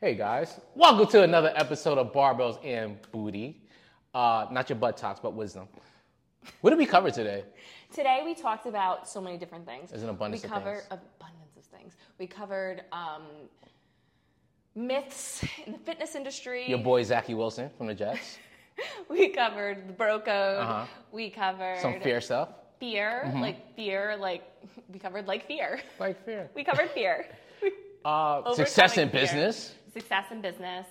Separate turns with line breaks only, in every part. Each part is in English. Hey guys, welcome to another episode of Barbells and Booty. Uh, not your butt talks, but wisdom. What did we cover today?
Today we talked about so many different things.
There's an abundance
we
of
cover
things.
abundance of things. We covered um, myths in the fitness industry.
Your boy Zachy Wilson from the Jets.
We covered the bro code.
Uh-huh.
We covered
Some fear Mm-hmm. stuff.
fear, like fear, like we covered like fear.
Like fear.
We covered fear.
Uh, success in
fear.
business.
Success in business.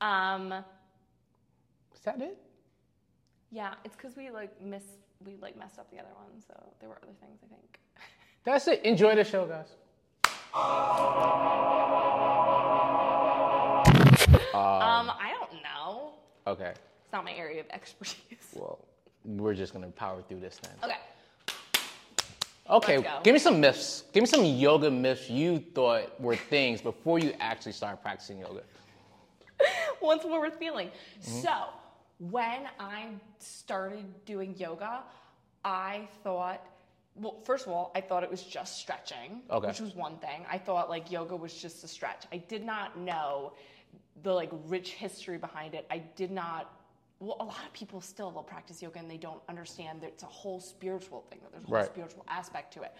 Um,
Is that it?
yeah, it's because we like miss we like messed up the other one, so there were other things I think.
That's it. Enjoy the show, guys.
Um, I don't know.
Okay.
It's not my area of expertise.
Well, we're just gonna power through this then.
Okay.
Okay,
Let's go.
give me some myths. Give me some yoga myths you thought were things before you actually started practicing yoga.
Once more with feeling. So, when I started doing yoga, I thought, well, first of all, I thought it was just stretching,
Okay.
which was one thing. I thought like yoga was just a stretch. I did not know the like rich history behind it. I did not. Well, a lot of people still will practice yoga and they don't understand that it's a whole spiritual thing. That there's a whole
Right.
spiritual aspect to it.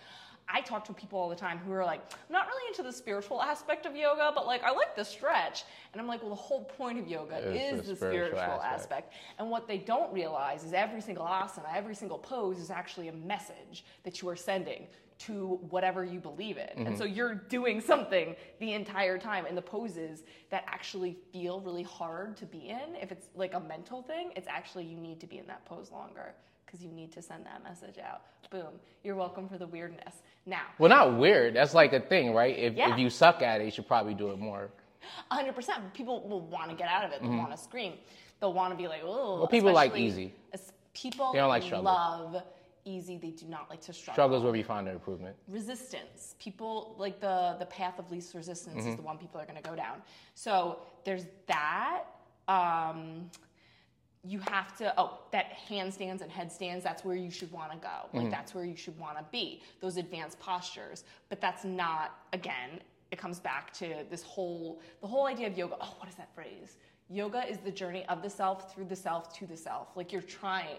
I talk to people all the time who are like, I'm not really into the spiritual aspect of yoga, but like I like the stretch. And I'm like, well, the whole point of yoga
It's
is
the
the
spiritual
spiritual
aspect.
aspect aspect. And what they don't realize is every single asana, every single pose is actually a message that you are sending to whatever you believe in. And so you're doing something the entire time. And the poses that actually feel really hard to be in, if it's like a mental thing, it's actually you need to be in that pose longer because you need to send that message out. Boom. You're welcome for the weirdness. Now,
Well, not weird. That's like a thing, right? If,
Yeah.
if you suck at it, you should probably do it more.
100%. People will want to get out of it. They'll want to scream. They'll want to be like, oh.
Mm-hmm. Well, people like easy.
People
They don't like struggle.
love easy. They do not like to struggle.
Struggles where we find an improvement.
Resistance. People like the the path of least resistance
Mm-hmm.
is the one people are going to go down. So there's that. Um, you have to oh that handstands and headstands that's where you should want to go like
Mm-hmm.
that's where you should want to be those advanced postures but that's not again it comes back to this whole the whole idea of yoga oh what is that phrase yoga is the journey of the self through the self to the self like you're trying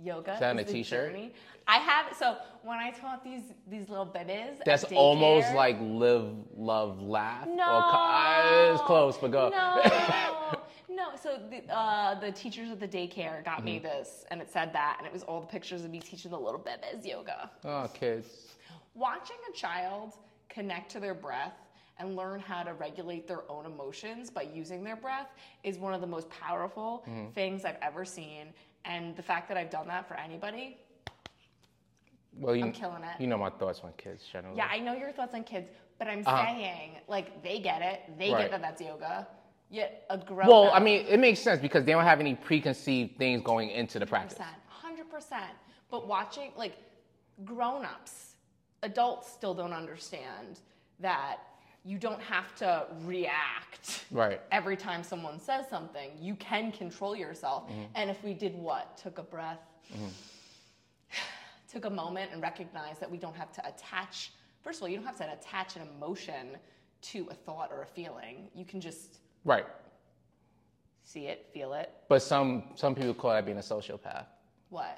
yoga is
that on a
the
t-shirt?
journey. i have so when i taught these these little babies at
That's almost
daycare-
like live, love, laugh.
no.
Or co- Ah, it's close, but go.
No. no. So the, uh, the teachers at the daycare got me
Mm-hmm.
this, and it said that, and it was all the pictures of me teaching the little bebes yoga.
Oh, kids.
Watching a child connect to their breath and learn how to regulate their own emotions by using their breath is one of the most powerful
Mm-hmm.
things I've ever seen. And the fact that I've done that for anybody,
Well, you,
I'm killing it.
You know my thoughts on kids generally.
Yeah, I know your thoughts on kids, but I'm
Uh-huh.
saying like they get it. They
Right.
get that that's yoga. Yet a grown
Well,
up-
I mean, it makes sense because they don't have any preconceived things going into the practice.
Hundred percent. But watching like grown-ups, adults still don't understand that you don't have to react
Right.
every time someone says something. You can control yourself. And if we did what? Took a breath, took a moment and recognized that we don't have to attach first of all, you don't have to attach an emotion to a thought or a feeling. You can just
Right.
see it, feel it.
But some some people call that being a sociopath,
What?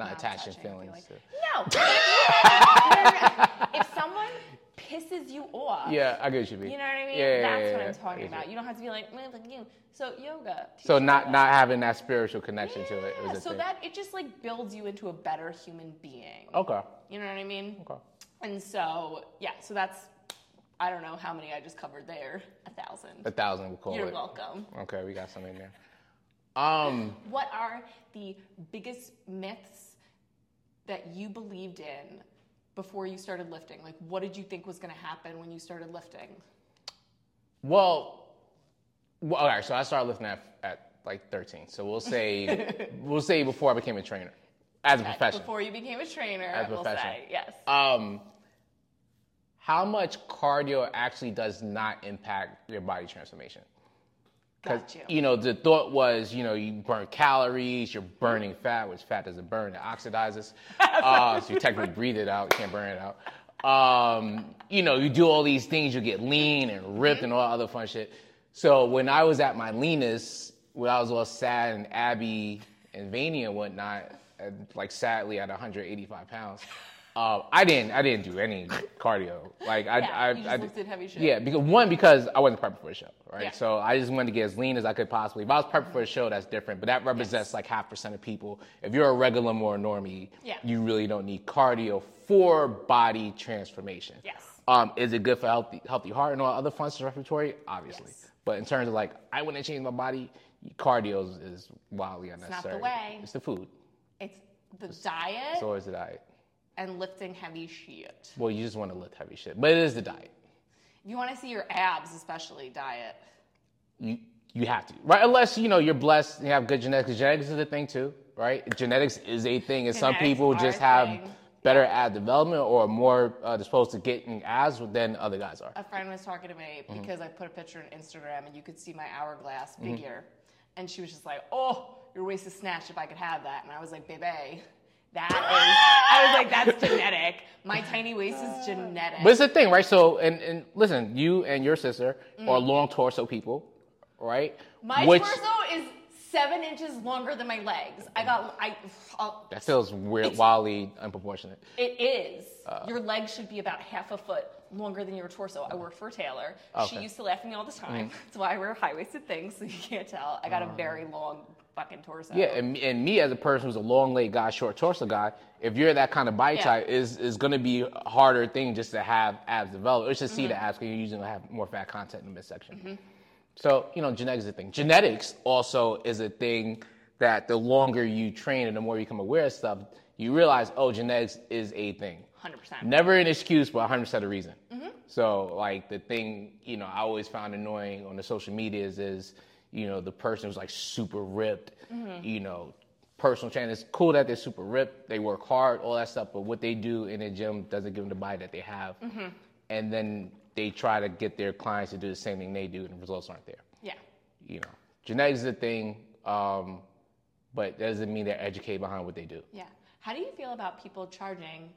not, attaching
touching,
feelings.
I feel
to-
like. No. if someone pisses you off,
Yeah, I get what you mean.
you know what I mean?
Yeah,
That's
yeah,
what
yeah,
I'm talking
yeah.
about. You don't have to be like, "Mm, like you. So yoga.
So
teaches
not
yoga.
not having that spiritual connection to it
Yeah,
is a
so
thing.
that it just like builds you into a better human being.
okay.
You know what I mean?
Oh. Okay.
And so yeah, so that's I don't know how many I just covered there. A thousand.
A thousand we'll call
You're
it.
welcome.
Okay, we got some in there. Um,
What are the biggest myths that you believed in before you started lifting? Like, what did you think was going to happen when you started lifting?
well, well, all right. So I started lifting at, at like 13. So we'll say we'll say before I became a trainer, as a profession.
Before you became a trainer,
As a
we'll
profession.
say yes.
Um, how much cardio actually does not impact your body transformation? 'Cause,
Got you.
you know, the thought was, you know, you burn calories, you're burning fat, which fat doesn't burn, it oxidizes. Uh, so you technically breathe it out, can't burn it out.
Mm-hmm.
Um, you know, you do all these things, you get lean and ripped and all that other fun shit. So when I was at my leanest, when I was all sad and Abby and Vania and whatnot, and like sadly at 185 pounds, uh, I didn't I didn't do any cardio. Like I
Yeah,
I,
you just
I
lifted heavy shit.
Yeah, because one because I wasn't prepped for a show, right?
Yeah.
So I just wanted to get as lean as I could possibly. If I was prepped for a show, that's different, but that represents like half percent of people. If you're a regular or normie,
Yeah.
you really don't need cardio for body transformation.
Yes.
Um, is it good for healthy healthy heart and all other functions respiratory? Obviously.
Yes.
But in terms of like I want to change my body, cardio is, is wildly
not the
unnecessary.
way.
It's the food.
It's the diet
So is the diet.
and lifting heavy shit.
Well, you just want to lift heavy shit, but it is the diet.
If you want to see your abs, especially diet.
you you have to right unless you know you're blessed and you have good genetics 'Cause genetics is a thing too right genetics is a thing and some
Genetics
people
are
just
a
have
thing.
better ab development or more uh, disposed to getting abs than other guys are
A friend was talking to me
Mm-hmm.
because I put a picture on Instagram and you could see my hourglass figure. And she was just like, oh, your waist is snatched if I could have that. And I was like, baby, that is, I was like, that's genetic. My tiny waist
Uh,
is genetic.
but it's a thing right so and, and listen you and your sister are long torso people right
Mm. my torso is seven inches longer than my legs. I got, I, I'll,
that feels weird
It's-
wildly unproportionate
It is.
Uh.
your legs should be about half a foot longer than your torso. I work for Taylor.
Oh, Okay. Mm.
She used to laugh at me all the time. That's why I wear high waisted things, so you can't tell. I got a very long fucking torso.
Oh. Yeah, and, and me as a person who's a long leg guy, short torso guy, if you're that kind of body
Yeah.
type, is is gonna be a harder thing just to have abs develop. It's just see the abs because you're usually gonna have more fat content in the midsection. So you know, genetics is a thing. Genetics also is a thing that the longer you train and the more you become aware of stuff, you realize oh, genetics is a thing.
100%.
Never an excuse, but 100% a reason. So, like, the thing, you know, I always found annoying on the social medias is, you know, the person who's like super ripped, you know, personal trainer. It's cool that they're super ripped, they work hard, all that stuff, but what they do in the gym doesn't give them the body that they have. And then they try to get their clients to do the same thing they do, and the results aren't there.
Yeah.
You know, genetics is a thing, um, but that doesn't mean they're educated behind what they do.
Yeah. How do you feel about people charging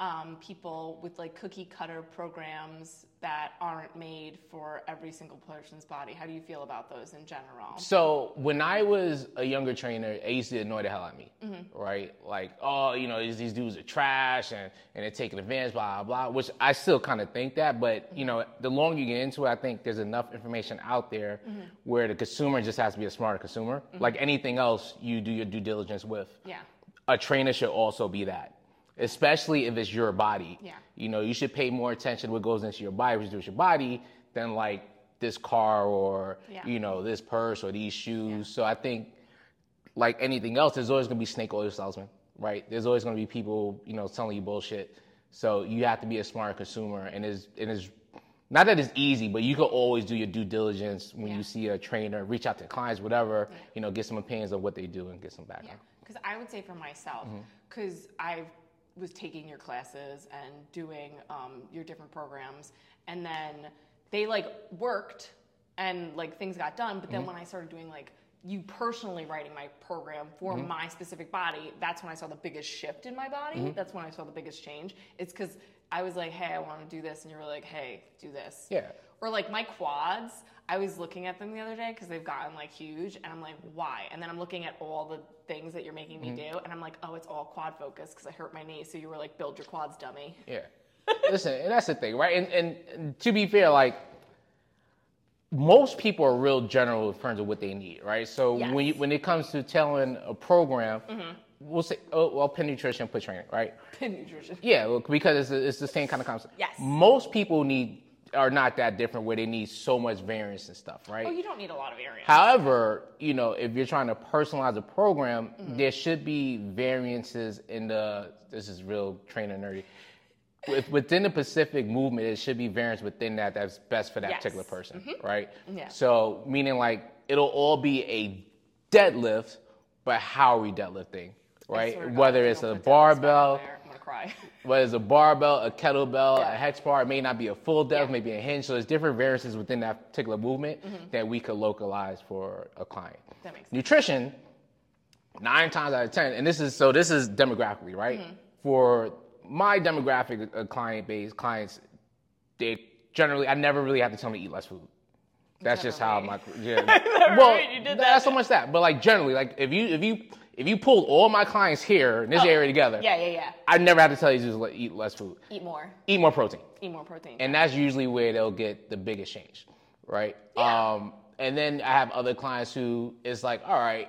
um, people with like cookie cutter programs that aren't made for every single person's body? How do you feel about those in general?
So when I was a younger trainer, it used to annoy the hell out of me, right? Like, oh, you know, these, these dudes are trash and, and they're taking advantage, blah, blah, blah, which I still kind of think that. But, you know, the longer you get into it, I think there's enough information out there where the consumer just has to be a smarter consumer. Like anything else you do your due diligence with
Yeah.
a trainer should also be that, especially if it's your body.
Yeah.
You know, you should pay more attention to what goes into your body, what you do with your body, than like this car or
Yeah.
you know this purse or these shoes. So I think, like anything else, there's always gonna be snake oil salesmen, right? There's always gonna be people you know telling you bullshit. So you have to be a smart consumer, and is and is not that it's easy, but you can always do your due diligence when you see a trainer, reach out to clients, whatever, you know, get some opinions on what they do and get some background.
Because I would say for myself, because I was taking your classes and doing um, your different programs, and then they like worked and like things got done. But then when I started doing like you personally writing my program for my specific body, that's when I saw the biggest shift in my body. That's when I saw the biggest change. It's because I was like, hey, I want to do this. And you were like, hey, do this.
Yeah.
Or like my quads, I was looking at them the other day because they've gotten like huge, and I'm like, why? And then I'm looking at all the things that you're making me do, and I'm like, oh, it's all quad focus because I hurt my knee. So you were like, build your quads, dummy.
Yeah. Listen, and that's the thing, right? And, and and to be fair, like most people are real general in terms of what they need, right? So when you,
Yes. Mm-hmm.
when it comes to telling a program, we'll say, oh, well, pin nutrition, put training, right?
Nutrition.
Yeah, well, because it's, the- it's the same kind of concept.
Yes.
Most people need are not that different where they need so much variance and stuff, right?
Oh, you don't need a lot of area.
However, you know, if you're trying to personalize a program,
Mm-hmm.
there should be variances in the. This is real trainer nerdy. With, within the Pacific movement, it should be variance within that that's best for that
Yes. Mm-hmm.
particular person, right?
Yeah.
So, meaning like it'll all be a deadlift, but how are we deadlifting, right?
swear to God,
Whether
if you
it's
don't
a
put down this button
barbell,
there, I'm gonna cry.
whether it's a barbell, a kettlebell,
Yeah.
a hex bar, it may not be a full depth,
Yeah. Mm-hmm.
maybe a hinge. So there's different variances within that particular movement that we could localize for a client.
That makes sense.
Nutrition, nine times out of ten, and this is so this is demographically, right?
Mm-hmm.
For my demographic uh, client base, clients, they generally I never really have to tell them to eat less food. That's just how my yeah.
that
well,
right? You did
that's
that.
so much that. But like generally, like if you if you if you pulled all my clients here in this area together,
Oh. Yeah, yeah, yeah.
I never have to tell you to le- eat less food,
Eat more.
eat more protein,
Eat more protein.
and that's usually where they'll get the biggest change, right?
Yeah.
Um, and then I have other clients who is like, all right,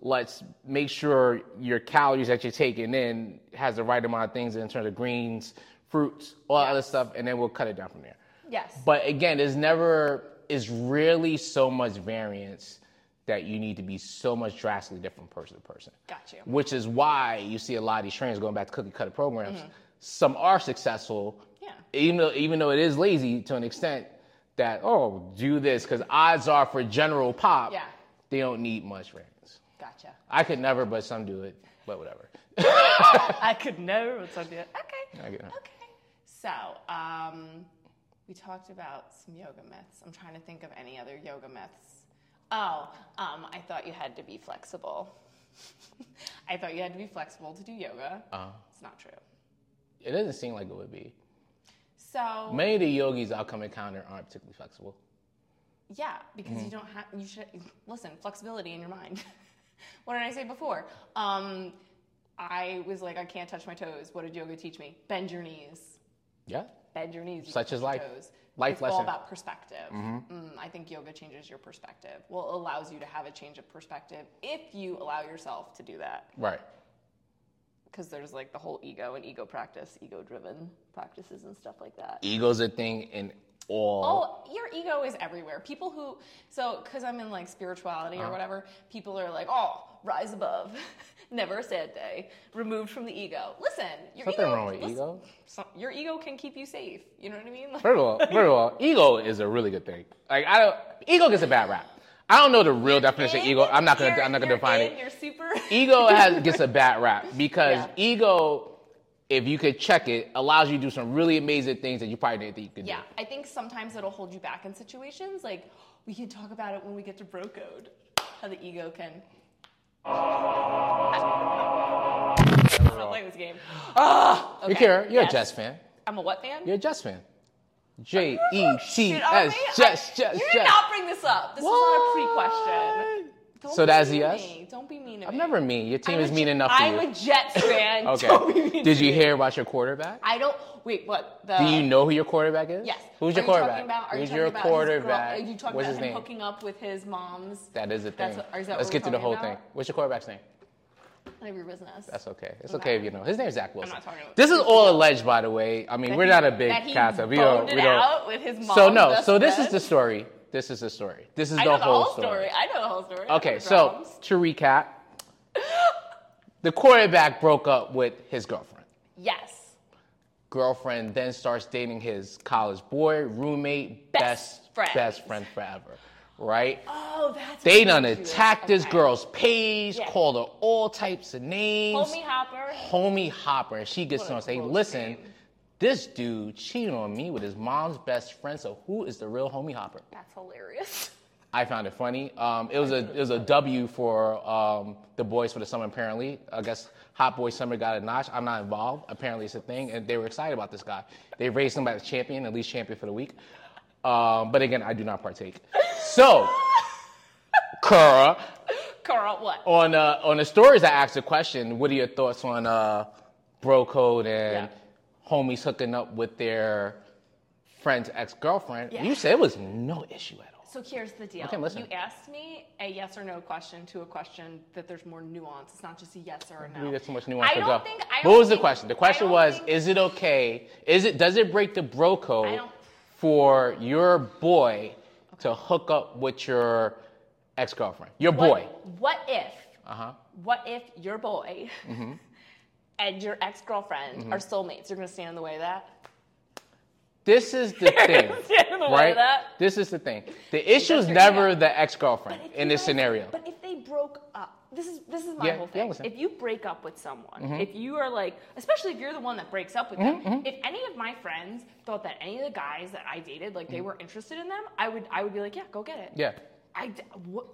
let's make sure your calories that you're taking in has the right amount of things in terms of greens, fruits, all that other
Yes.
stuff, and then we'll cut it down from there.
yes.
But again, there's never is really so much variance that you need to be so much drastically different person to person.
Got you.
Which is why you see a lot of these trainers going back to cookie cutter programs. Some are successful,
Mm-hmm. Yeah.
even though even though it is lazy to an extent that oh do this because odds are for general pop
Yeah.
they don't need much variance.
gotcha.
I could never, but some do it. But whatever.
I could never. What's on the Okay.
I get it.
Okay. So, um, we talked about some yoga myths. I'm trying to think of any other yoga myths. Oh, um, I thought you had to be flexible. I thought you had to be flexible to do yoga.
Uh-huh.
It's not true.
It doesn't seem like it would be.
So
Many of the yogis I'll come encounter aren't particularly flexible.
yeah, because
Mm-hmm.
you don't have you should listen flexibility in your mind. what did I say before? Um, I was like, I can't touch my toes. What did yoga teach me? Bend your knees.
Yeah.
bend your knees. you
Such
can
is
touch
life.
your Toes.
Life
it's all
lesson. Mm-hmm.
about perspective. Mm, I think yoga changes your perspective. Well, it allows you to have a change of perspective if you allow yourself to do that.
Right.
Because there's like the whole ego and ego practice, ego driven practices and stuff like that.
Ego's a thing in all.
Oh, your ego is everywhere. People who, so because I'm in like spirituality
Uh-huh.
or whatever, people are like, oh, rise above, never a sad day, removed from the ego. Listen, your
Nothing
Oh, ego,
wrong with
listen-
ego.
some- your ego can keep you safe. You know what I mean? Like,
First of all, first of all, ego is a really good thing. Like I don't, ego gets a bad rap. I don't know the real definition of
in,
ego. I'm not gonna,
you're-
I'm not gonna
you're
define
in,
it. E
You're super.
Ego has gets a bad rap because
Yeah.
ego, if you could check it, allows you to do some really amazing things that you probably didn't think you could
yeah,
do.
I think sometimes it'll hold you back in situations. Like we can talk about it when we get to bro code, how the ego can. I'm not playing this game. Ah, okay.
You care? You're
Yes.
a Jets fan.
I'm a what fan?
You're a Jets fan. J E T
Shit, are we?
S. Jets,
I-
Jets,
You did
Jets.
not bring this up. This is not a pre question. Don't
So
be
that's a
mean to
yes?
me. Don't be mean to me.
I'm never mean. Your team
I'm
is
a
mean
J-
enough for
I'm
you.
a Jets fan. Don't be mean
Okay.
to
Did you
me.
hear about your quarterback?
I don't. Wait, what? The,
Do you know who your quarterback is?
Yes.
Who's your
Are you
quarterback?
Talking about, are
Who's
you
your
talking
quarterback?
About his girl, are you talking
What's
about
his
him
name?
hooking up with his mom's?
that is the thing.
That's what- is that
Let's
what
get
we're
through the whole
talking
thing.
about?
What's your quarterback's name?
None of your business.
That's okay. It's okay if you know. His name's Zach Wilson.
not talking about-
this is all alleged, by the way. I mean,
That
we're
he-
not a big
that he
cast. We
boned
don't. We
it
don't.
out with his
so
mom's
no.
best
So this is
friend?
the story. This is the story. This is
I
the,
know
whole,
the whole story. I know the whole story. I know
Okay,
the
so
drums.
to recap, the quarterback broke up with his girlfriend.
yes,
Girlfriend then starts dating his college boy roommate,
Best
best
friends.
best friend forever, right?
oh, that's
They
what
done
it is.
attacked this
Okay.
girl's page,
Yeah.
called her all types of names.
Homie Hopper.
Homie Hopper. And she gets
What
on
a
and say,
gross
listen,
name."
this dude cheated on me with his mom's best friend, so who is the real Homie Hopper?
That's hilarious.
I found it funny. Um, it was a it was a W for um, the boys for the summer. Apparently, I guess Hot Boy Summer got a notch. I'm not involved. Apparently, it's a thing, and they were excited about this guy. They raised him as champion, at least champion for the week. Um, but again, I do not partake. So, Kara,
Carl, what?
on uh, on the stories, I asked a question. What are your thoughts on uh, bro code and homies hooking up with their friend's ex girlfriend?
Yeah.
You said it was no issue at all.
So here's the deal.
Okay, listen.
You asked me a yes or no question to a question that there's more nuance. It's not just a yes or a no.
We got too much nuance
I
to
don't
go.
think. I
what
don't
was the
think-
question? The
I
question
don't
was:
think-
Is it okay? Is it does it break the bro
I
code
don't-
for your boy to hook up with your ex girlfriend? Your boy. Uh-huh.
What, what if? What if your boy
Mm-hmm.
and your ex girlfriend are soulmates? You're gonna stand in the way of that.
This is the thing,
Stand in the way
right?
of that.
This is the thing. The issue is
your
never
ego.
the ex
But
girlfriend
if
in
you
this
guys-
scenario.
But if they broke up, this is this is my
Yeah,
whole
yeah,
thing.
listen. Mm-hmm.
if you break up with someone, if you are like, especially if you're the one that breaks up with them, if any of my friends thought that any of the guys that I dated, like they were interested in them, I would I would be like, yeah, go get it.
Mm-hmm. yeah,
I, d- wha-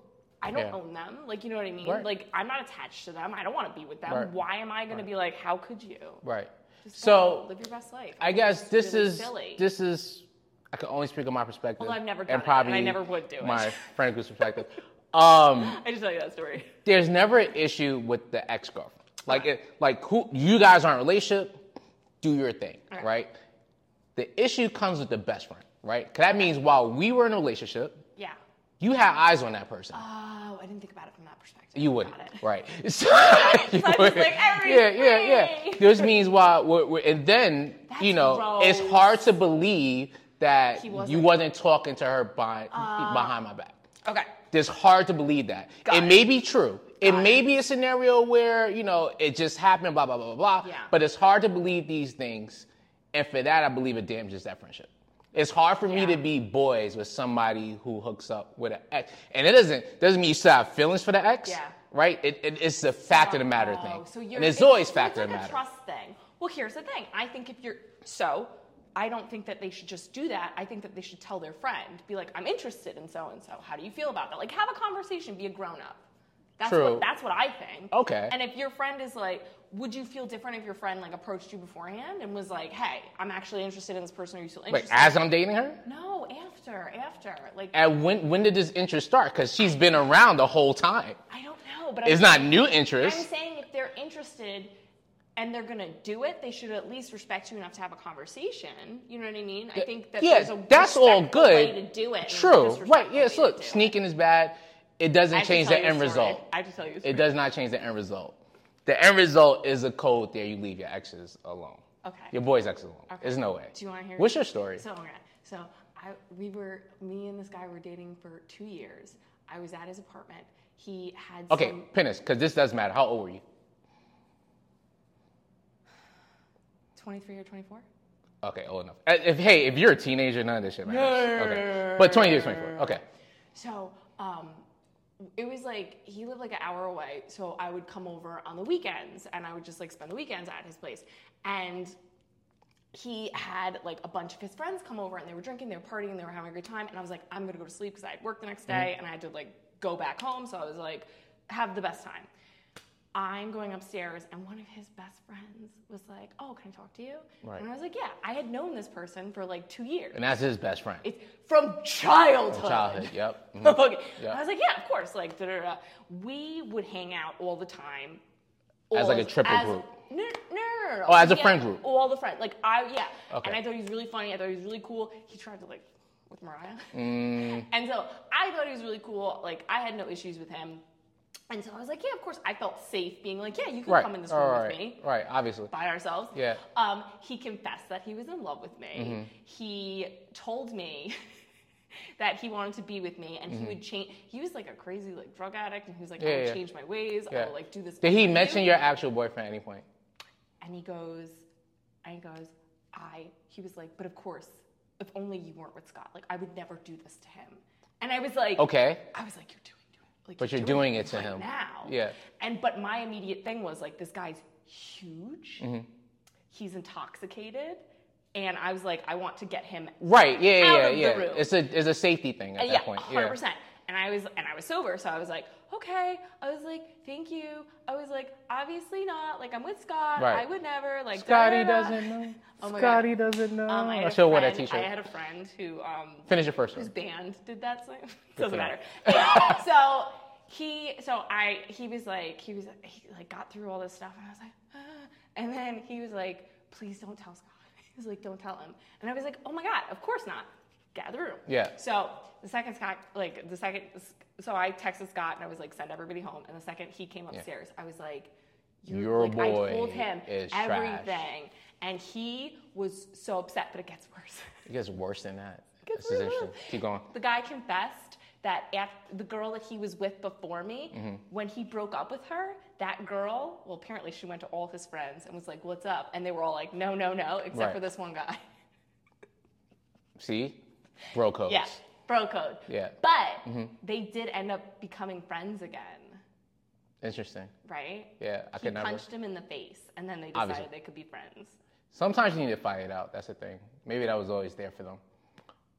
I don't
Yeah.
own them. Like, you know what I mean?
Right.
Like, I'm not attached to them. I don't want to be with them.
Right.
Why am I going to be like, how could you?
right.
Just go,
so
live your best life.
I guess
It's
this
really
is
silly.
this is I can only speak on my perspective.
Although I've never done it,
and
and
probably
I never would do it.
My friend group's perspective. Um,
I just tell you that story.
there's never an issue with the ex girlfriend. Like it, like who you guys aren't in a relationship, do your thing,
Alright.
right? The issue comes with the best friend, right? 'Cause that means while we were in a relationship,
Yeah.
you had eyes on that person.
Oh, I didn't think about it from that perspective.
you
Got
wouldn't,
it.
right? So, you
like,
wouldn't. yeah, yeah, yeah.
everything.
This means why, we're, we're- and then
That's
you know, it's
gross.
hard to believe that
He wasn't. Uh,
you wasn't talking to her behind, behind my back.
Okay.
It's hard to believe that.
Got
it,
it.
may be true. It may be a scenario where, you know, it just happened, blah, blah, blah, blah, blah.
Yeah.
But it's hard to believe these things. And for that, I believe it damages that friendship. It's hard for me
Yeah.
to be boys with somebody who hooks up with an ex. And it doesn't doesn't mean you still have feelings for the ex.
Yeah.
Right? It, it, it's the fact of the matter
Oh,
thing.
So you're,
and it's always
so
fact
it's
of the
like a
matter.
trust thing. Well, here's the thing. I think if you're so, I don't think that they should just do that. I think that they should tell their friend, be like, "I'm interested in so and so. How do you feel about that?" Like, have a conversation. Be a grown up. That's
True.
What, that's what I think.
Okay.
And if your friend is like, "Would you feel different if your friend like approached you beforehand and was like, "Hey, I'm actually interested in this person. Are you still
Wait,
interested?"
as I'm dating her?
no, after, after, like
And when, when did this interest start? Because she's been around the whole time.
I don't know, but
It's not
I'm,
new interest.
I'm saying if they're interested and they're gonna do it, they should at least respect you enough to have a conversation. You know what I mean? I think that
yeah,
there's a
that's all
respectful
good.
way to do it. and a
True.
disrespectful
Right. Yes.
way to
Look,
do it.
sneaking is bad. It
I
doesn't
have to
change
tell
the
you a
end
story.
result.
I have to tell you. a
It
story.
does not change the end result. The end result is a code there. You leave your exes alone.
Okay.
Your boy's ex alone.
Okay.
There's no way.
Do you wanna hear-
What's your story?
So, okay. so I, we were, me and this guy were dating for two years. I was at his apartment. He had
okay,
some,
Penis, because this does matter. How old were you?
23 or 24.
Okay, old enough. Uh, If hey, if you're a teenager, none of this shit matters. okay. But 20 years, 24. Okay.
So um, it was like he lived like an hour away, so I would come over on the weekends and I would just like spend the weekends at his place. And he had like a bunch of his friends come over and they were drinking, they were partying, they were having a good time. And I was like, I'm gonna go to sleep because I had work the next day
Mm-hmm.
and I had to like go back home. So I was like, have the best time. I'm going upstairs, and one of his best friends was like, "Oh, can I talk to you?"
Right.
And I was like, "Yeah." I had known this person for like two years.
And that's his best friend.
It's from childhood.
Childhood. Yep. Mhm.
okay.
Yeah.
I was like, yeah, of course. Like, da, da, da. we would hang out all the time.
As, like, a triple
as-
group.
No, no, no, no, no, no.
Oh, as a
Yeah,
friend group.
All the friends. Like, I yeah.
Okay.
And I thought he was really funny. I thought he was really cool. He tried to like with Mariah.
Mm.
And so I thought he was really cool. Like, I had no issues with him. And so I was like, yeah, of course. I felt safe being like, yeah, you can
Right.
come in this room
All
with
right.
me
Right. Obviously.
by ourselves.
Yeah. Mm-hmm.
Um, he confessed that he was in love with me. He told me that he wanted to be with me, and he would change. He was like a crazy like drug addict, and he was like,
Mm-hmm. Yeah,
"I will
yeah.
change my ways. I
Yeah.
will like do this."
Did he
for you."
mention your actual boyfriend at any point?
And he goes, and he goes, I. He was like, "But of course, if only you weren't with Scott. Like, I would never do this to him." And I was like,
Okay.
I was like, "You're doing, doing like,
But you're doing it to
right
him.
now."
Yeah.
And but my immediate thing was like, this guy's huge.
Mm-hmm.
He's intoxicated, and I was like, I want to get him.
Right. Yeah.
out
Yeah.
of the
yeah.
room. Uh,
It's a it's a safety thing at
yeah,
that point.
hundred percent. And I was and I was sober, so I was like, okay. I was like, thank you. I was like, obviously not. Like I'm with Scott.
Right.
I would never. Like
Scotty
da-da-da.
doesn't know.
Oh my
Scotty
God.
doesn't know.
Um, I, had
I
a
should have worn that
friend-
T-shirt.
I had a friend who um,
Finish your first
whose
one.
band did that song. Doesn't
for
matter. Anyway, so he, so I, he was like, he was he like got through all this stuff, and I was like, ah. and then he was like, please don't tell Scott. He was like, don't tell him, and I was like, oh my god, of course not. Gather room.
Yeah.
So the second Scott, like the second, so I texted Scott and I was like, send everybody home. And the second he came upstairs, I was like, you're,
Your
like, I told
boy
him
is trash.
everything, and he was so upset. But it gets worse.
It gets worse than that.
gets
This is
really
interesting.
low.
Keep going.
The guy confessed that af the girl that he was with before me,
Mm-hmm.
when he broke up with her, that girl, well, apparently she went to all his friends and was like, What's up? And they were all like, No, no, no, except
Right.
for this one guy.
See, bro codes.
yeah, bro code.
Yeah. Mm-hmm.
But they did end up becoming friends again,
Interesting.
right?
Yeah, I
he
could never.
punched him in the face and then they decided
Obviously.
they could be friends.
Sometimes you need to fight it out. That's the thing. Maybe that was always there for them.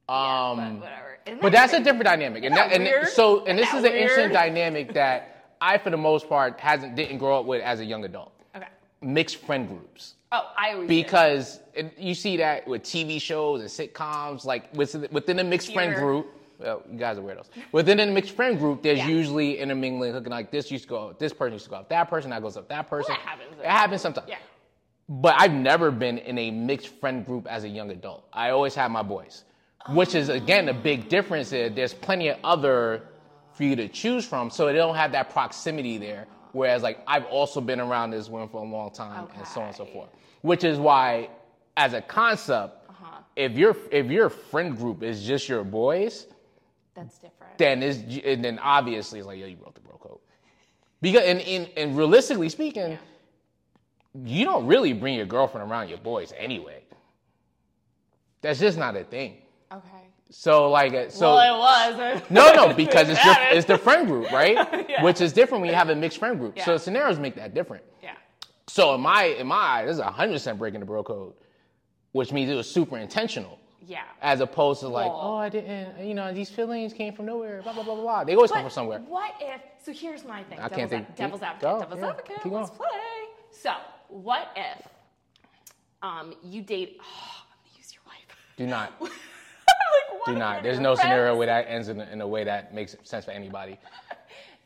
Yeah,
Um,
but whatever. Isn't
But
that
that's a
crazy?
different dynamic, and,
Isn't
that,
that
and
weird?
so and this
Isn't
is
that
an interesting
weird?
dynamic that I, for the most part, hasn't didn't grow up with as a young adult.
Okay.
Mixed friend groups.
Oh, I always did.
because it, you see that with TV shows and sitcoms, like within, within the mixed friend
Theater.
group. Well, you guys are weirdos. Within the mixed friend group, there's
Yeah.
usually intermingling, hooking like this used to go, this person used to go up, that person that goes up, that person.
that happens.
It happens sometimes.
Yeah.
But I've never been in a mixed friend group as a young adult. I always had my boys, which is again a big difference. Is there's plenty of other for you to choose from, so they don't have that proximity there. Whereas like I've also been around this woman for a long time and so on and so
Okay.
forth, which is why as a concept, if your if your friend group is just your boys,
That's different.
then is and then obviously it's like yo, you wrote the bro code because and and, and realistically speaking, you don't really bring your girlfriend around your boys anyway. That's just not a thing.
okay.
So like uh, so
well, it was.
no no because it's your,
Got it.
it's the friend group right,
Yeah.
which is different when you have a mixed friend group.
Yeah.
So scenarios make that different.
yeah.
So in my in my eye, this is hundred percent breaking the bro code, which means it was super intentional.
Yeah.
As opposed to like,
Well-
oh, I didn't, you know, these feelings came from nowhere, blah, blah, blah, blah, blah. They always come from
But
somewhere.
What if? So here's my thing.
I
devil's
can't
ad-
think-
Devil's
Go,
advocate. devil's
yeah,
advocate.
keep
Let's
going.
play. So what if? Um, you date. I'm gonna use your wife.
Do not.
I'm like, what
Do
if
not.
you're
There's
your
no scenario
friends-
where that ends in a, in a way that makes sense for anybody.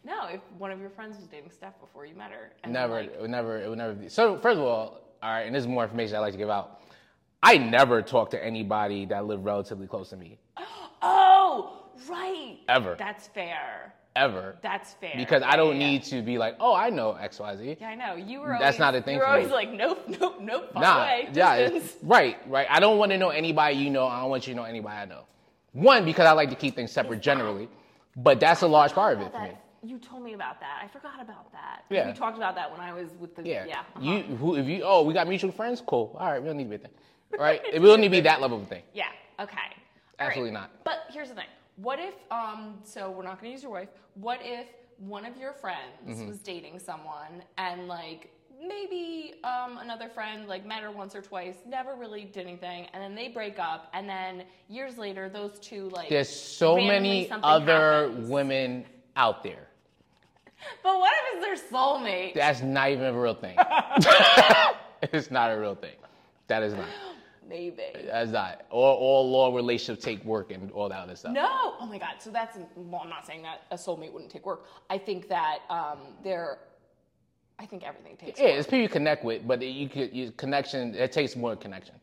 No, if one of your friends was dating Steph before you met her. And
Never.
like-
It would never. It would never be. So first of all, all right, and this is more information I like to give out. I never talk to anybody that lived relatively close to me
oh, right.
Ever.
That's fair.
ever
That's fair.
because I
Yeah,
don't
yeah, yeah.
need to be like, oh, I know X Y Z.
Yeah, I know. You were.
That's
always-
not a thing
You were
for me.
always like, nope, nope, nope. far away,
yeah, it-
distance.
right, right. I don't want to know anybody you know. I don't want you to know anybody I know. One, because I like to keep things separate generally, but that's a large part of it for me.
That- You told me about that. I forgot about that.
Yeah.
We talked about that when I was with the.
Yeah.
Yeah. uh-huh.
You who if you oh we got mutual friends cool all right we don't need to be a thing all right we don't need to be that level of a thing
Yeah. Okay. All right.
Absolutely not.
But here's the thing. What if? Um. So we're not going to use your wife. What if one of your friends
Mm-hmm.
was dating someone and like maybe um, another friend like met her once or twice, never really did anything, and then they break up, and then years later those two like.
There's so
randomly
many
something
other
happens.
women out there.
But what if it's their soulmate?
That's not even a real thing. it's not a real thing. That is not.
Maybe.
That's not. All, all law relationships take work and all that other stuff.
No. Oh my God. So that's well. I'm not saying that a soulmate wouldn't take work. I think that um, there. I think everything takes.
Yeah, it's people you connect with, but you could you, connection. It takes more connection.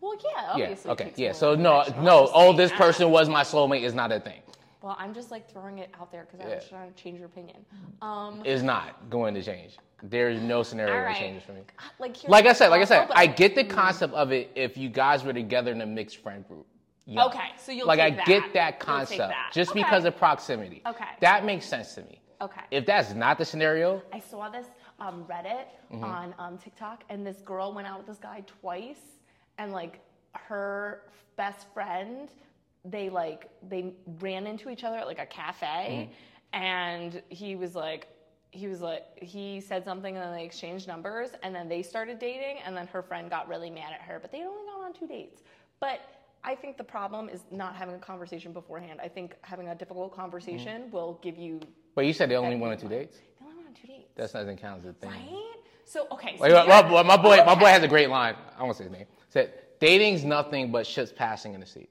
Well, yeah.
Yeah.
Obviously. it
okay.
takes
Yeah.
more
So
than
no,
connection. I'm
no.
just
Oh,
saying
this
that.
person was my soulmate is not a thing.
Well, I'm just like throwing it out there because
Yeah.
I'm just trying to change your opinion. Um.
Is not going to change. There is no scenario
All
that
right.
changes for me.
Like here's
Like I said, like I said,
but
I get the concept of it if you guys were together in a mixed friend group. Yeah.
Okay, so you'll
like
take
I
that.
get that
You'll take
concept
that.
just
Okay.
because of proximity.
Okay.
that makes sense to me.
Okay.
If that's not the scenario,
I saw this um, Reddit on um, TikTok, and this girl went out with this guy twice, and like her best friend, they like they ran into each other at like a cafe, and he was like. He was like, he said something and then they exchanged numbers and then they started dating and then her friend got really mad at her, but they'd only gone on two dates. But I think the problem is not having a conversation beforehand. I think having a difficult conversation will give you,
but you said they only wanted two dates.
they only went on two dates.
That's doesn't count as a thing.
Right? So okay. So
Like, my,
you're-
my- my boy, my boy
Okay.
has a great line. I won't say his name. Said dating's nothing but ships passing in the sea.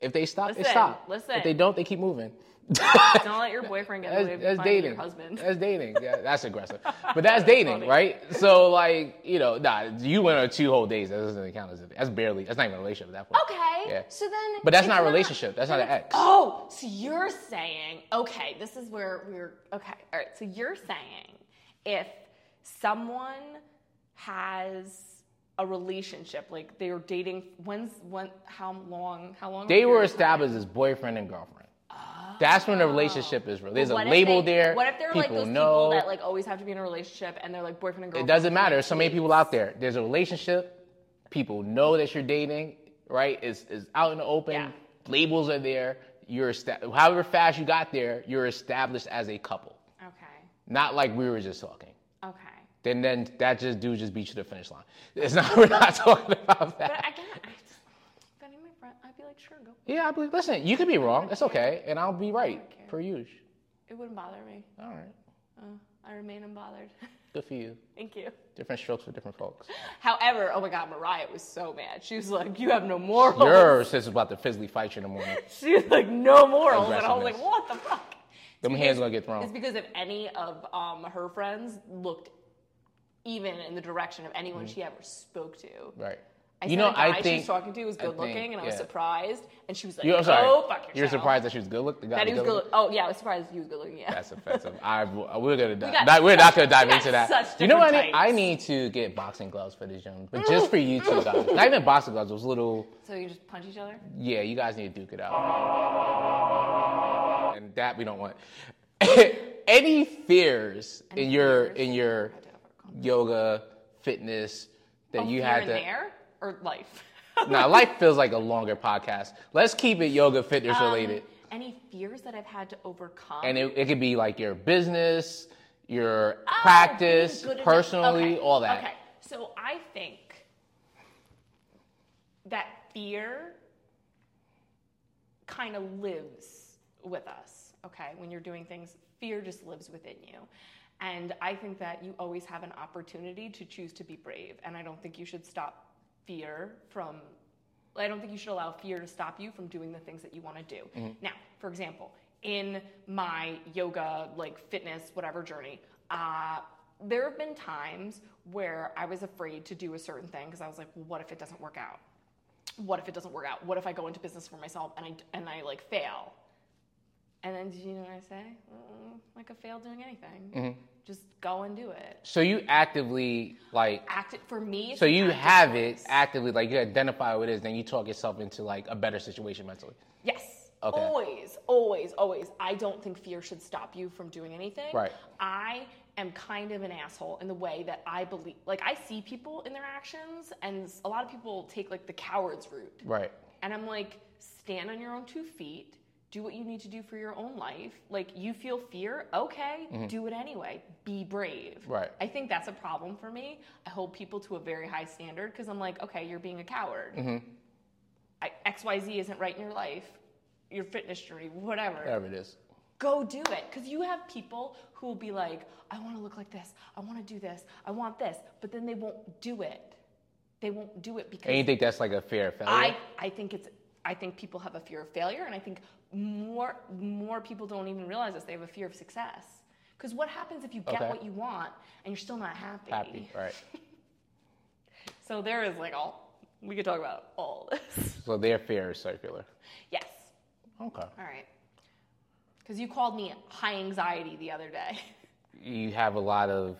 If they stop, they
Listen,
stop.
listen.
If they don't, they keep moving.
Don't let your boyfriend get
that's,
away with
that's
finding
dating.
your husband.
That's dating. Yeah, that's aggressive. But that's dating,
funny.
right? So like, you know, nah, you went on two whole days. That doesn't count as a, that's barely. That's not even a relationship at that point.
okay.
Yeah.
So then.
But that's
it's
not a relationship. That's not an ex.
Oh, so you're saying okay? This is where we're okay. All right. So you're saying if someone has a relationship, like they were dating, when's when? How long? How long?
They
a
were
period of time?
established as boyfriend and girlfriend. That's when the relationship is real. There's a
Oh. What if
label
they-
there.
What if they're
people
like those
know.
people that like always have to be in a relationship and they're like boyfriend and
It
girlfriend?
doesn't matter. There's so many people out there. There's a relationship. People know that you're dating, right? It's, it's out in the open.
Yeah.
Labels are there. You're esta- however fast you got there, you're established as a couple.
Okay.
Not like we were just talking.
Okay.
Then then that just dude just beat you to the finish line. It's not we're not talking about
But
that.
I can't. I just, if any of my friends, I'd be like, sure, go.
Yeah, I believe. Listen, you could be wrong. That's okay, and I'll be right
care.
per usual.
It wouldn't bother me.
All right.
Uh, I remain unbothered.
Good for you.
Thank you.
Different strokes for different folks.
However, oh my God, Mariah was so mad. She was like, "You have no morals."
Your sis is about to physically fight you in the morning.
She was like, "No morals," and I was like, "What the fuck?"
Them hands gonna get
It's
thrown.
because if any of um, her friends looked even in the direction of anyone she ever spoke to,
Mm-hmm. Right.
I
you
said
know,
a guy
I
she
think
was talking to was
I
good looking,
think,
and I was
yeah.
surprised. And she was like,
you. I'm sorry.
"Oh, fuck yourself."
You're surprised that she was good look. The guy
that he was good.
look-
Oh yeah, I was surprised he was good looking. Yeah.
That's offensive. I we're gonna dive.
got
that- we're not gonna
such-
dive
we got
into that.
such
you know what? I need,
different
I
types.
need to get boxing gloves for this gym, but just for you two guys. Not even boxing gloves. Those little.
so you just punch each other.
Yeah, you guys need to duke it out. And that we don't want. Any fears in your
fears?
in your
I did have a
yoga fitness that
Oh,
you
here
had
and
to
there or life.
Now life feels like a longer podcast. Let's keep it yoga fitness
Um,
related.
Any fears that I've had to overcome?
And it, it could be like your business, your
Oh, being
practice,
good enough.
personally,
Okay,
all that.
Okay. So I think that fear kind of lives with us, okay? When you're doing things, fear just lives within you. And I think that you always have an opportunity to choose to be brave. And I don't think you should stop fear from, I don't think you should allow fear to stop you from doing the things that you want to do. Now, for example, in my yoga, like fitness, whatever journey, uh, there have been times where I was afraid to do a certain thing because I was like, well, what if it doesn't work out? what if it doesn't work out? What if I go into business for myself and I and I like fail? And then did you know what I say? Mm, I could fail doing anything.
Mm-hmm.
Just go and do it.
So you actively like
Act it for me.
so you
act
have it
choice.
actively like you identify what it is, then you talk yourself into like a better situation mentally.
Yes.
Okay.
Always, always, always. I don't think fear should stop you from doing anything.
Right.
I am kind of an asshole in the way that I believe. Like I see people in their actions, and a lot of people take like the coward's route.
Right.
And I'm like, stand on your own two feet, do what you need to do for your own life. Like, you feel fear, okay, do it anyway. Be brave.
Right.
I think that's a problem for me. I hold people to a very high standard because I'm like, okay, you're being a coward. I, XYZ isn't right in your life, your fitness journey, whatever
Whatever it is.
go do it because you have people who will be like i want to look like this i want to do this i want this but then they won't do it they won't do it
And you
because
think that's like a fair failure?
i i think it's i think people have a fear of failure and i think more more people don't even realize this they have a fear of success because what happens if you get
Okay.
what you want and you're still not happy
Happy, right.
so there is like all we could talk about all this
So their fear is circular.
yes
Okay.
all right because you called me high anxiety the other day
You have a lot of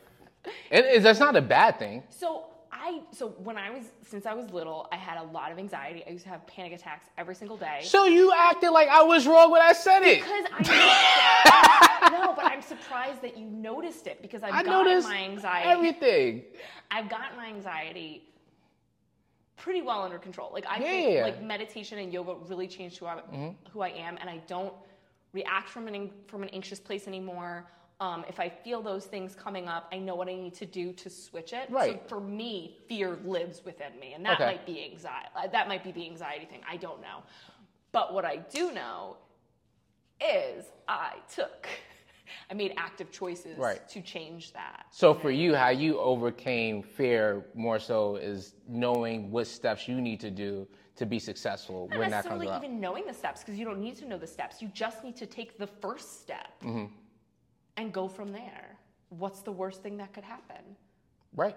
and it- that's not a bad thing.
So I so when I was since I was little, I had a lot of anxiety. I used to have panic attacks every single day.
So you acted like I was wrong when I said it.
because I no, but I'm surprised that you noticed it because I've
I
gotten
noticed
my anxiety.
everything.
I've gotten my anxiety pretty well under control. Like I
Yeah. Mm-hmm.
think like meditation and yoga really changed who I who I am, and I don't react from an ang- from an anxious place anymore. Um, if I feel those things coming up, I know what I need to do to switch it.
Right.
So for me, fear lives within me, and that
Okay.
might be anxiety. That might be the anxiety thing. I don't know, but what I do know is I took, I made active choices
Right.
to change that.
So for you, how you overcame fear more so is knowing what steps you need to do to be successful
not
when that comes
necessarily
up.
even knowing the steps because you don't need to know the steps. You just need to take the first step and go from there. What's the worst thing that could happen?
Right.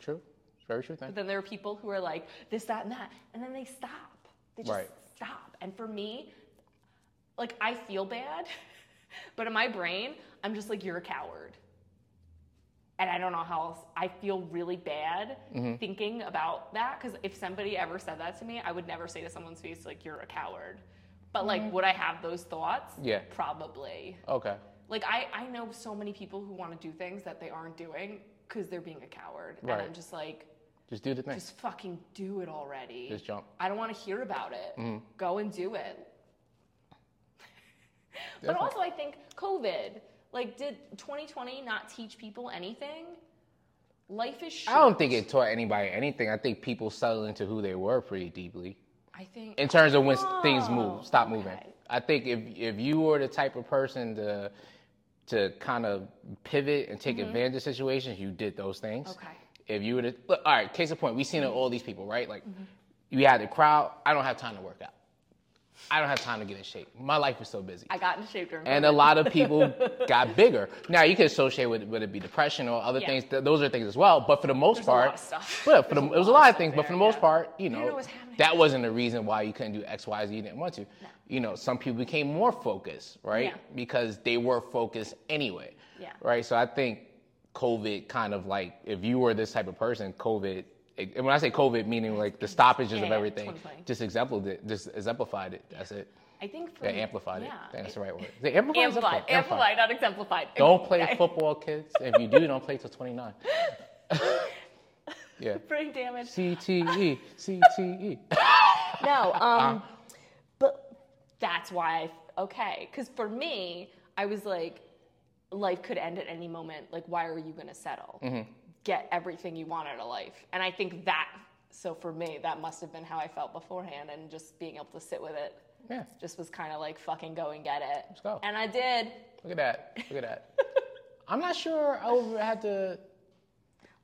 True. It's very true thing.
But then there are people who are like this, that, and that, and then they stop. They just
Right.
stop. And for me, like I feel bad, but in my brain, I'm just like you're a coward. And I don't know how else. I feel really bad
Mm-hmm.
thinking about that because if somebody ever said that to me, I would never say to someone's face like you're a coward. But like, would I have those thoughts?
Yeah.
probably.
Okay.
Like I, I know so many people who want to do things that they aren't doing because they're being a coward, and
Right.
I'm just like,
Just do the thing.
just fucking do it already.
Just jump. Mm-hmm.
I don't want to hear about it. Go and do it. but
Definitely.
also, I think COVID, like, did 2020 not teach people anything? Life is short.
I don't think it taught anybody anything. I think people settled into who they were pretty deeply.
I think.
in terms of when s- things
Oh,
move, stop moving.
okay.
I think if if you were the type of person to to kind of pivot and take advantage of situations, you did those things.
Mm-hmm. Okay. Mm-hmm.
If you would have, all right, case in point, we seen it all these people, right? Like, you had the crowd, I don't have time to work out. I don't have time to get in shape. My life is so busy.
I got in shape during
and a lot of people got bigger. Now you could associate with whether it be depression or other
Yeah.
things. Th- those are things as well. But for the most
There's a lot
part,
of stuff.
yeah, for the,
There's a
it was a
lot of
lot of
stuff
things. But for
there,
the most
yeah.
part, you
don't
know,
know what's happening.
that wasn't the reason why you couldn't do X, Y, Z. You didn't want to. You know, some people became more focused, right?
Yeah.
Because they were focused anyway.
Yeah.
Right. So I think COVID kind of like if you were this type of person, COVID. And when I say COVID, meaning like the stoppages of
Yeah,
everything,
2020.
just exemplified it. Just exemplified it. That's it.
I think for
They
me-
amplified it.
Mm, yeah.
That's the right word. They amplified. is
Amplified,
okay.
amplified, not exemplified.
Don't play
Okay.
football, kids. If you do, don't play till 29. yeah. E.
Brain damage.
CTE, CTE.
No, um, but that's why I okay. Because for me, I was like, life could end at any moment. Like, why are you gonna settle? Get everything you want out of life. And I think that. So for me, that must have been how I felt beforehand, and just being able to sit with it.
Yeah.
Just was kind of like fucking go and get it. Let's
go.
And I did.
Look at that. Look at that. I'm not sure I ever had to.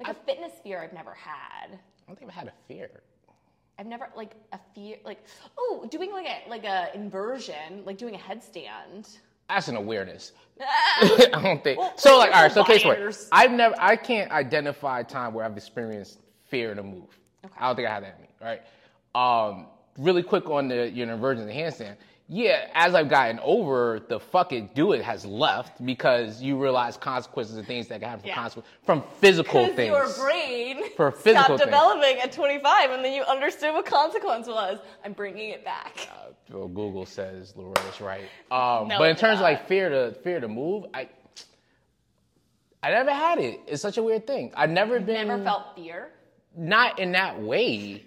Like a fitness fear I've never had.
I don't think I had a fear.
I've never like a fear like oh doing like a like a inversion like doing a headstand.
That's an awareness.
Ah!
I don't think so. Like, all right. So, case point.
Liars.
I've never. I can't identify a time where I've experienced fear in a move. I don't think I have that in me. All right. Um, really quick on the your inversion and handstand. Yeah, as I've gotten over the fuck it, do it has left because you realize consequences and things that can happen from
Yeah.
consequences from physical
Because
things.
your brain
For physical things.
stopped developing at 25, and then you understood what consequence was. I'm bringing it back.
well, Google says Loretta's right. Um,
No,
but in
it's
terms of
not.
like fear to fear to move, I I never had it. It's such a weird thing. I've never been
Never felt fear.
not in that way.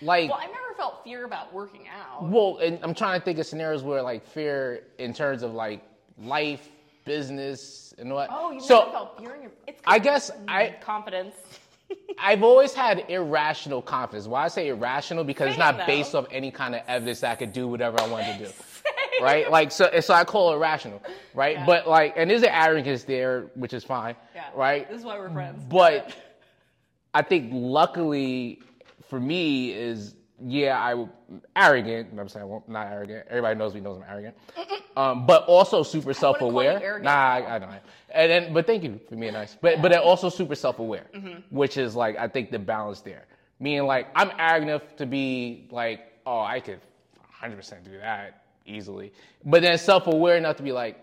like
Well, I never felt fear about working out.
Well, and I'm trying to think of scenarios where like fear in terms of like life, business, and what.
Oh, you
so
never felt fear in your. It's
I guess I
confidence.
I've always had irrational confidence. Why I say irrational because it's
Same,
not
though.
based off any kind of evidence that I could do whatever I wanted to do. Right, like so. So I call it irrational, right?
Yeah.
But like, and there's an arrogance there, which is fine,
Yeah.
right?
This is why we're friends.
But I think luckily for me is yeah, I'm arrogant. you know what I'm saying well, not arrogant. Everybody knows me knows I'm arrogant. Um, but also super
call you
self-aware.
arrogant.
Nah, I, I don't know. And then, but thank you for being nice. But but then also super self-aware,
Mm-hmm.
which is like I think the balance there. Meaning like I'm arrogant enough to be like, oh, I could 100% do that easily. But then self-aware enough to be like,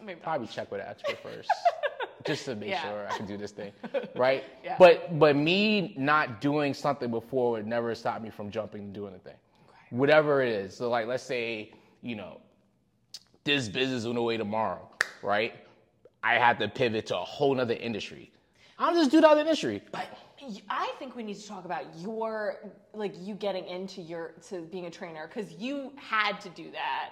Maybe not.
probably check with an expert first, just to make
Yeah.
sure I can do this thing, right?
Yeah.
But but me not doing something before would never stop me from jumping and doing a thing, whatever it is. So like, let's say you know, this business on the way tomorrow, right? I have to pivot to a whole nother industry. I'll just do the other industry.
But y- I think we need to talk about your like you getting into your to being a trainer because you had to do that.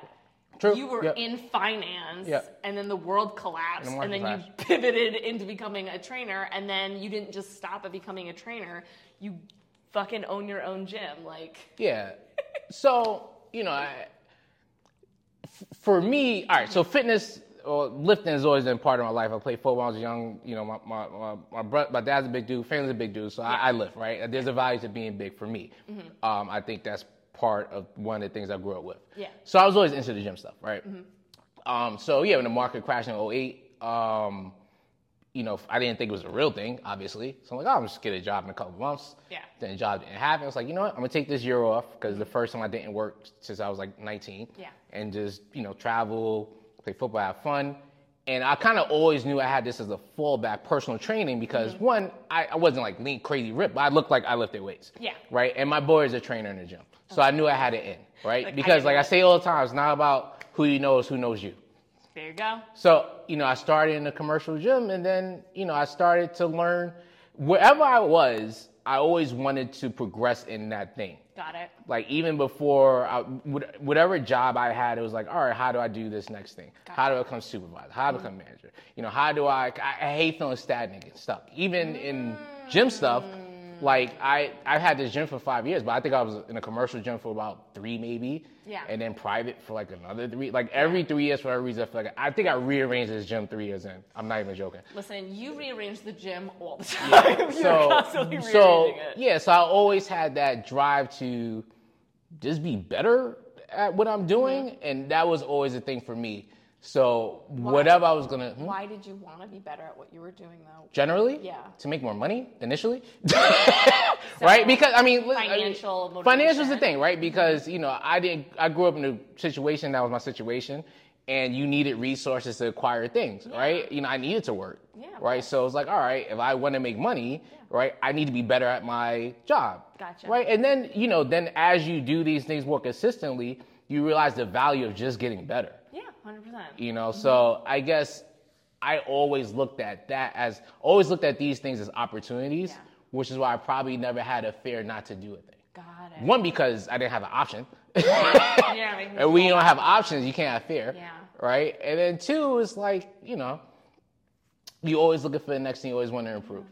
True.
You were
Yep.
in finance,
Yep.
and then the world collapsed,
And
and,
the
then
market
you pivoted into becoming a trainer, and then you didn't just stop at becoming a trainer. You fucking own your own gym, like
Yeah. So, you know, I, f- for me, all right, so fitness or lifting has always been part of my life. I played football when I was young. You know, my, my, my, my, bro, my dad's a big dude, family's a big dude, so I, I lift, right? There's a value to being big for me. Um, I think that's part of one of the things I grew up with.
Yeah.
So I was always into the gym stuff, right? Um, so, yeah, when the market crashed in 08, um, you know, I didn't think it was a real thing, obviously. So I'm like, oh, I'm just get a job in a couple months.
Yeah. Mm-hmm.
Then the job didn't happen. I was like, you know what? I'm gonna take this year off because the first time I didn't work since I was like 19.
Yeah.
And just you know travel, play football, have fun. And I kind of always knew I had this as a fallback personal training because
Mm-hmm.
one, I, I wasn't like lean, crazy ripped, but I looked like I lifted weights.
Yeah.
Right. And my boy is a trainer in the gym, so I knew I had it in. Right.
Like, I
because
can
like
do
I
it.
say all the time, it's not about who you know, it's who knows you.
there you go.
So, you know, I started in a commercial gym and then, you know, I started to learn wherever I was, I always wanted to progress in that thing.
Got it.
Like even before I, wh- whatever job I had, it was like, all right, how do I do this next thing? How do I become supervisor? How do I become manager? You know, how do I? I, I hate feeling stagnant and stuck. Even in gym stuff, Like I, I've had this gym for five years, but I think I was in a commercial gym for about three, maybe.
Yeah.
And then private for like another three. Like every three years, for every reason, I feel like I think I rearranged this gym three years in. I'm not even joking.
Listen, you rearrange the gym all the time. You're constantly rearranging
so
it.
yeah, so I always had that drive to just be better at what I'm doing, and that was always a thing for me. So whatever I was gonna. hmm?
Why did you want to be better at what you were doing though?
Generally,
Yeah.
to make more money initially, right? Because I mean, li- I mean,
Financial
financial's the
motivation.
thing, right? Because you know, I didn't. I grew up in a situation that was my situation, and you needed resources to acquire things, right? You know, I needed to work,
Yeah, of
right? So it's like, all right, if I want to make money, right, I need to be better at my job,
Gotcha.
right? And then you know, then as you do these things more consistently, you realize the value of just getting better
Yeah, hundred percent.
you know so i guess i always looked at that as always looked at these things as opportunities
Yeah.
which is why i probably never had a fear not to do a thing
Got it.
one because i didn't have an option
Yeah, like,
and when you don't have options you can't have fear
Yeah.
right and then two is like you know you always looking for the next thing you always want to improve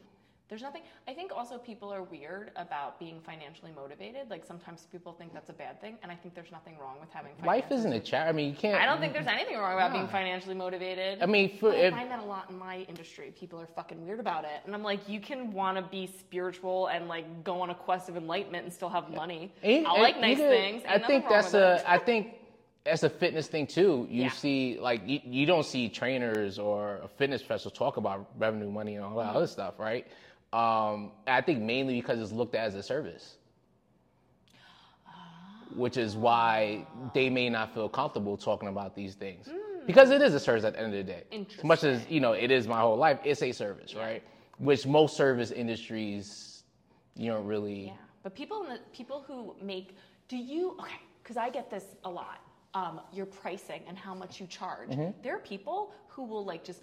There's nothing. I think also people are weird about being financially motivated. Like sometimes people think that's a bad thing, and I think there's nothing wrong with having.
life
financial-
isn't a charity i mean you can't
I don't think there's anything wrong about being financially motivated.
i mean for
I
if,
find that a lot in my industry. People are fucking weird about it, and I'm like, you can want to be spiritual and like go on a quest of enlightenment and still have money.
And-
I
and
like nice
either-
things.
I
Ain't
think
nothing wrong
that's
with
a.
it.
I think that's a fitness thing too. You
Yeah.
see, like you, you don't see trainers or fitness professionals talk about revenue, money, and all
Mm-hmm.
that other stuff, right? Um, I think mainly because it's looked at as a service, which is why they may not feel comfortable talking about these things
Mm.
because it is a service at the end of the day. As much as you know, it is my whole life. It's a service, right? Which most service industries, you don't really.
Yeah, but people in the people who make do you okay? Because I get this a lot. Um, your pricing and how much you charge.
Mm-hmm.
There are people who will like just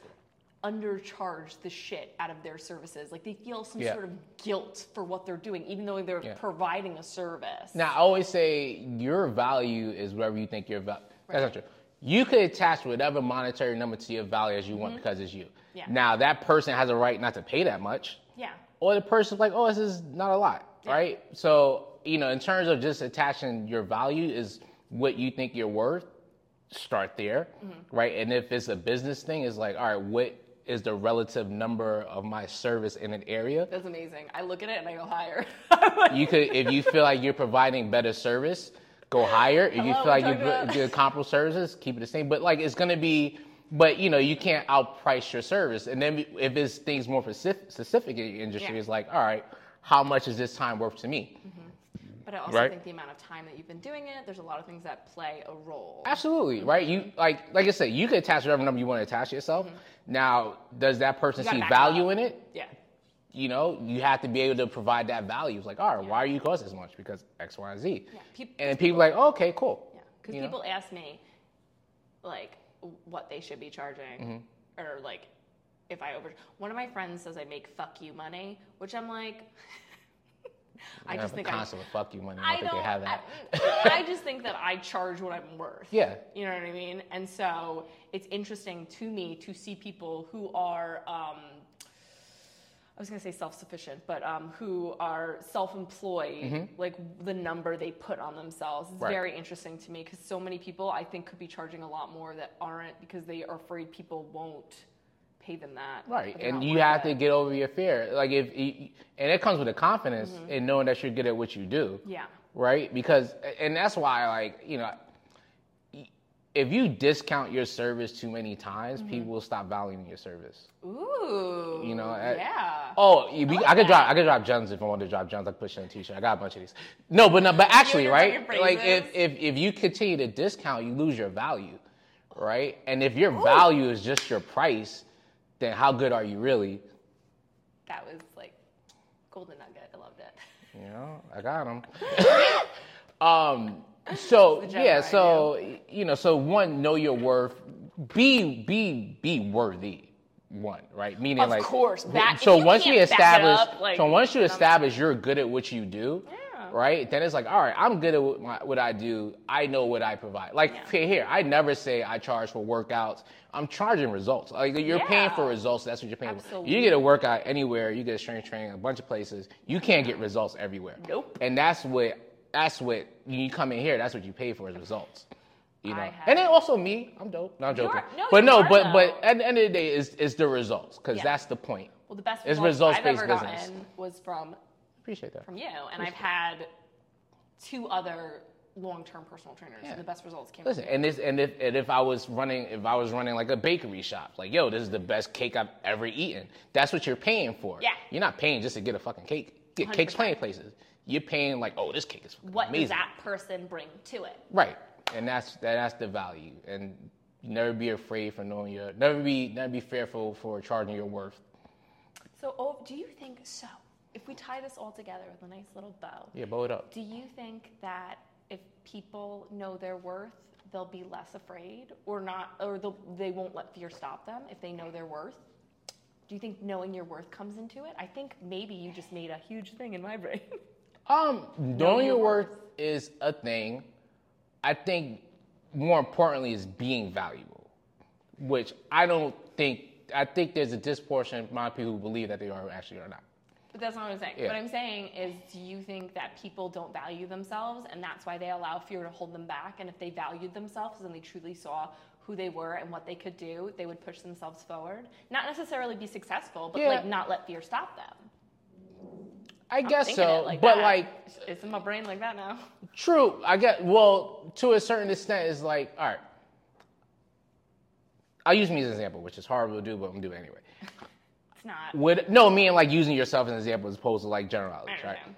undercharge the shit out of their services. Like they feel some
Yeah.
sort of guilt for what they're doing, even though they're
Yeah.
providing a service.
Now, I always say your value is whatever you think your value. That's not true. You could attach whatever monetary number to your value as you want because it's you.
Yeah.
Now, that person has a right not to pay that much,
yeah,
or the person's like, "Oh, this is not a lot," right? So, you know, in terms of just attaching your value is what you think you're worth. Start there, right? And if it's a business thing, it's like, all right, what is the relative number of my service in an area?
that's amazing. I look at it and I go higher.
you could if you feel like you're providing better service go higher if you
Hello,
feel
we're
like you're
talking about-
good comparable services keep it the same but like it's going to be but you know you can't outprice your service and then if it's things more specific, specific in your industry
Yeah.
it's like all right how much is this time worth to me
but I also
Right.
think the amount of time that you've been doing it. There's a lot of things that play a role.
absolutely right you like like i said you could attach whatever number you want to attach yourself now does that person
Mm-hmm. gotta
see
back it
value
up.
in it
Yeah,
you know you have to be able to provide that value it's like all right why are you costing this much because x y and z
Yeah, peop-
and people like okay cool
yeah. Because
You know?
people ask me, like what they should be charging
Mm-hmm.
or like if I over one of my friends says I make fuck you money, which I'm like I
I
just
have a
think I,
constant with fuck you money. I don't
I
think they
don't
have that.
I, I just think that I charge what I'm worth.
Yeah.
You know what I mean? And so it's interesting to me to see people who are um I was gonna say self-sufficient, but um, who are self-employed, like the number they put on themselves, is
Mm-hmm. Right.
very interesting to me because so many people I think could be charging a lot more that aren't because they are afraid people won't pay them that.
Right,
They're
and
not
you
worth
have
it.
to get over your fear. Like if, you- and it comes with a confidence in knowing that you're good at what you do.
Mm-hmm. Yeah.
Right, because and that's why like you know, if you discount your service too many times,
Mm-hmm.
people will stop valuing your service.
Ooh.
You know, I-
yeah.
Oh, you, I, could drop. I could drop Jones if I wanted to drop Jones. I could put you on a T-shirt. I got a bunch of these. No, but no, but actually,
your
right?
fucking
Like if,
phrases.
if if you continue to discount, you lose your value, right? And if your value is just your price, then how good are you really?
That was like golden nugget. I loved it.
You know, I got them. um. So
joke
yeah.
I
So you know. So one, know your worth. Be be be worthy. One right, meaning
Of
like
course, that- if
so
you
once you
can't back it
establish,
up, like,
so once you
I'm-
establish you're good at what you do,
Yeah.
right? Then it's like, all right, I'm good at what, my, what I do. I know what I provide. Like okay, here, I never say I charge for workouts. I'm charging results. Like you're paying for
Yeah.
results. That's what you're paying for. You
Absolutely.
get a workout anywhere. You get a strength training a bunch of places. You can't get results everywhere.
Nope.
And that's what that's what you come in here. That's what you pay for is results. You know.
I
And then also me, I'm dope. Not joking.
are- no,
but
you
no,
are,
but but
though.
at the end of the day, is is the results because
Yeah.
that's the point.
Well, the best
It's
results I've
results-based
ever
business.
gotten was from
Appreciate that.
from you, and I've had two other long-term personal trainers,
Yeah.
and the best results came.
Listen, and this, and if and if I was running, if I was running like a bakery shop, like yo, this is the best cake I've ever eaten. That's what you're paying for.
Yeah.
You're not paying just to get a fucking cake. Get cakes
100%.
plenty of places. You're paying like, oh, this cake is fucking
What
amazing.
does that person bring to it?
Right, and that's that, that's the value, and never be afraid for knowing your, never be never be fearful for charging your worth.
So, oh, do you think so? If we tie this all together with a nice little bow,
Yeah, blow it up.
do you think that if people know their worth, they'll be less afraid, or not, or they'll, they won't let fear stop them if they know their worth? Do you think knowing your worth comes into it? I think maybe you just made a huge thing in my brain.
Um, knowing your
your
worth is a thing. I think more importantly is being valuable, which I don't think. I think there's a disproportionate amount of people who believe that they are actually are not.
But that's not what I'm saying.
Yeah.
What I'm saying is, do you think that people don't value themselves and that's why they allow fear to hold them back? And if they valued themselves and they truly saw who they were and what they could do, they would push themselves forward. Not necessarily be successful, but
Yeah.
like not let fear stop them.
I
I'm
guess
thinking
so,
it like
but
that.
like
it's in my brain like that now.
True. I get well to a certain extent. It's like all right. I'll use me as an example, which is horrible to do, but I'm gonna do it anyway.
It's not.
Would no, meaning like using yourself as an example as opposed to like generalities,
I don't
right?
know.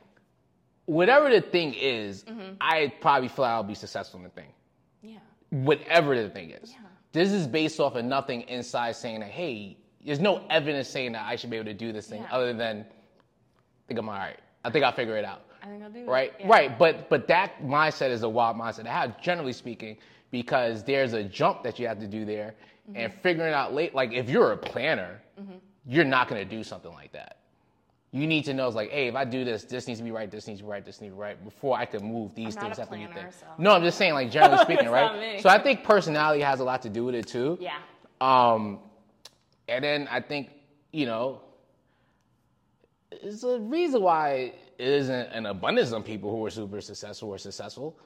Whatever the thing is, I probably feel I'll be successful in the thing,
Yeah.
whatever the thing is.
Yeah.
This is based off of nothing inside saying that hey, there's no evidence saying that I should be able to do this thing
Yeah.
other than I think I'm all right. I think I'll figure it out
I think I'll do
right
it. Yeah.
right but but that mindset is a wild mindset to have generally speaking because there's a jump that you have to do there and
Mm-hmm.
figuring out late like if you're a planner you're not going to do something like that you need to know it's like hey if i do this this needs to be right this needs to be right this needs to be right before i can move these
I'm not
things
a
have to be
planner,
there
so-
no i'm just saying like generally speaking
It's not
right
me.
so i think personality has a lot to do with it too
Yeah.
um, and then I think you know, it's a reason why it isn't an abundance of people who are super successful or successful.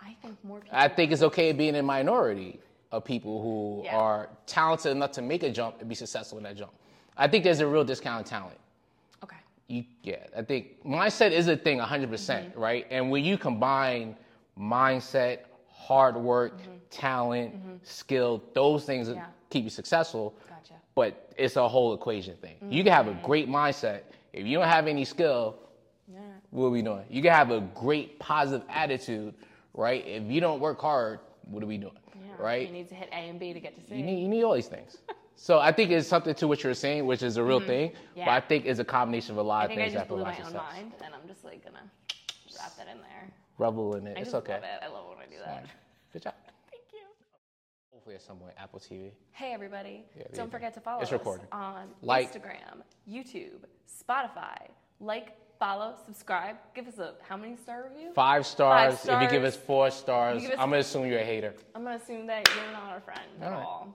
I think more people.
I think it's okay being a minority of people who
Yeah.
are talented enough to make a jump and be successful in that jump. I think there's a real discount of talent.
okay.
You, yeah, I think mindset is a thing, 100%,
Mm-hmm.
percent right? And when you combine mindset, hard work, talent, skill, those things that
Mm-hmm. Yeah.
keep you successful.
Gotcha.
But it's a whole equation thing. You can have a
Mm-hmm.
great mindset. If you don't have any skill,
Yeah.
what are we doing? You can have a great positive attitude, right? If you don't work hard, what are we doing?
yeah.
Right?
You need to hit A and B to get to C.
You need, you need all these things. so I think it's something to what you're saying, which is a real thing. But
Mm-hmm. Yeah.
I think it's a combination of a lot
I
of
think I
things that
just blew
provide
my own
success.
mind, and I'm just like gonna wrap that in there.
Rubble in it.
I
it's
just
okay.
love it. I love when I do that.
Good job.
Thank you.
Hopefully at some point, Apple TV.
Hey everybody!
there you
Don't
go.
forget to follow
It's
us
recording.
on
Like-
Instagram, YouTube, Spotify. Like, follow, subscribe. Give us a how many star review?
Five stars. If you give
stars.
us four stars,
give us-
I'm gonna assume you're a hater.
I'm gonna assume that you're not our friend at
Alright.
all.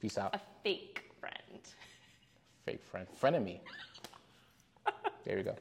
Peace out.
A fake friend.
Fake friend. Frenemy. there you go.